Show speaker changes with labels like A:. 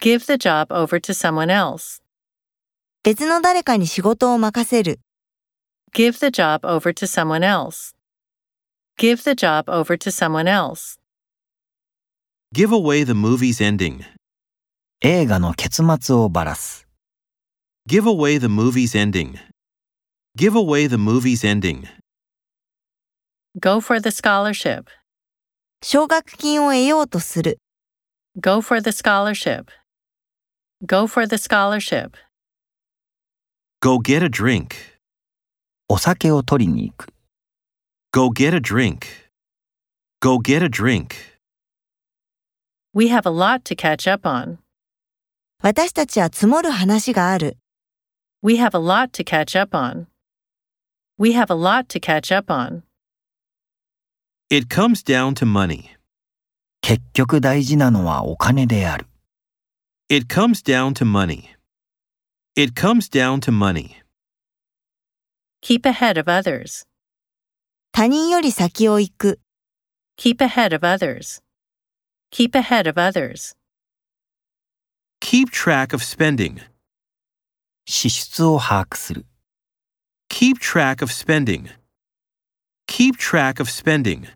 A: Give the job over to someone else.
B: 別の誰かに仕事を任せる。
A: Give the job over to someone else. Give the job over to someone else.
C: Give away the movie's ending.
D: 映画の結末をばらす。
C: Give away the movie's ending. Give away the movie's ending.
A: Go for the scholarship.
B: 奨学金を得ようとする。
A: Go for the scholarship. Go for the scholarship.
C: Go get a drink.
D: お酒を取りに行く。
C: Go get a drink. Go get a drink.
A: We have a lot to catch up on.
B: 私たちは積もる話がある。
A: We have a lot to catch up on. We have a lot to catch up on.
C: It comes down to money.
D: 結局大事なのはお金である。
C: It comes down to money. It comes down to money.
A: Keep ahead of others.
B: 他人より先を行く。
A: Keep ahead of others. Keep ahead of others.
C: Keep track of spending.
D: 支出を把握する。
C: Keep track of spending. Keep track of spending.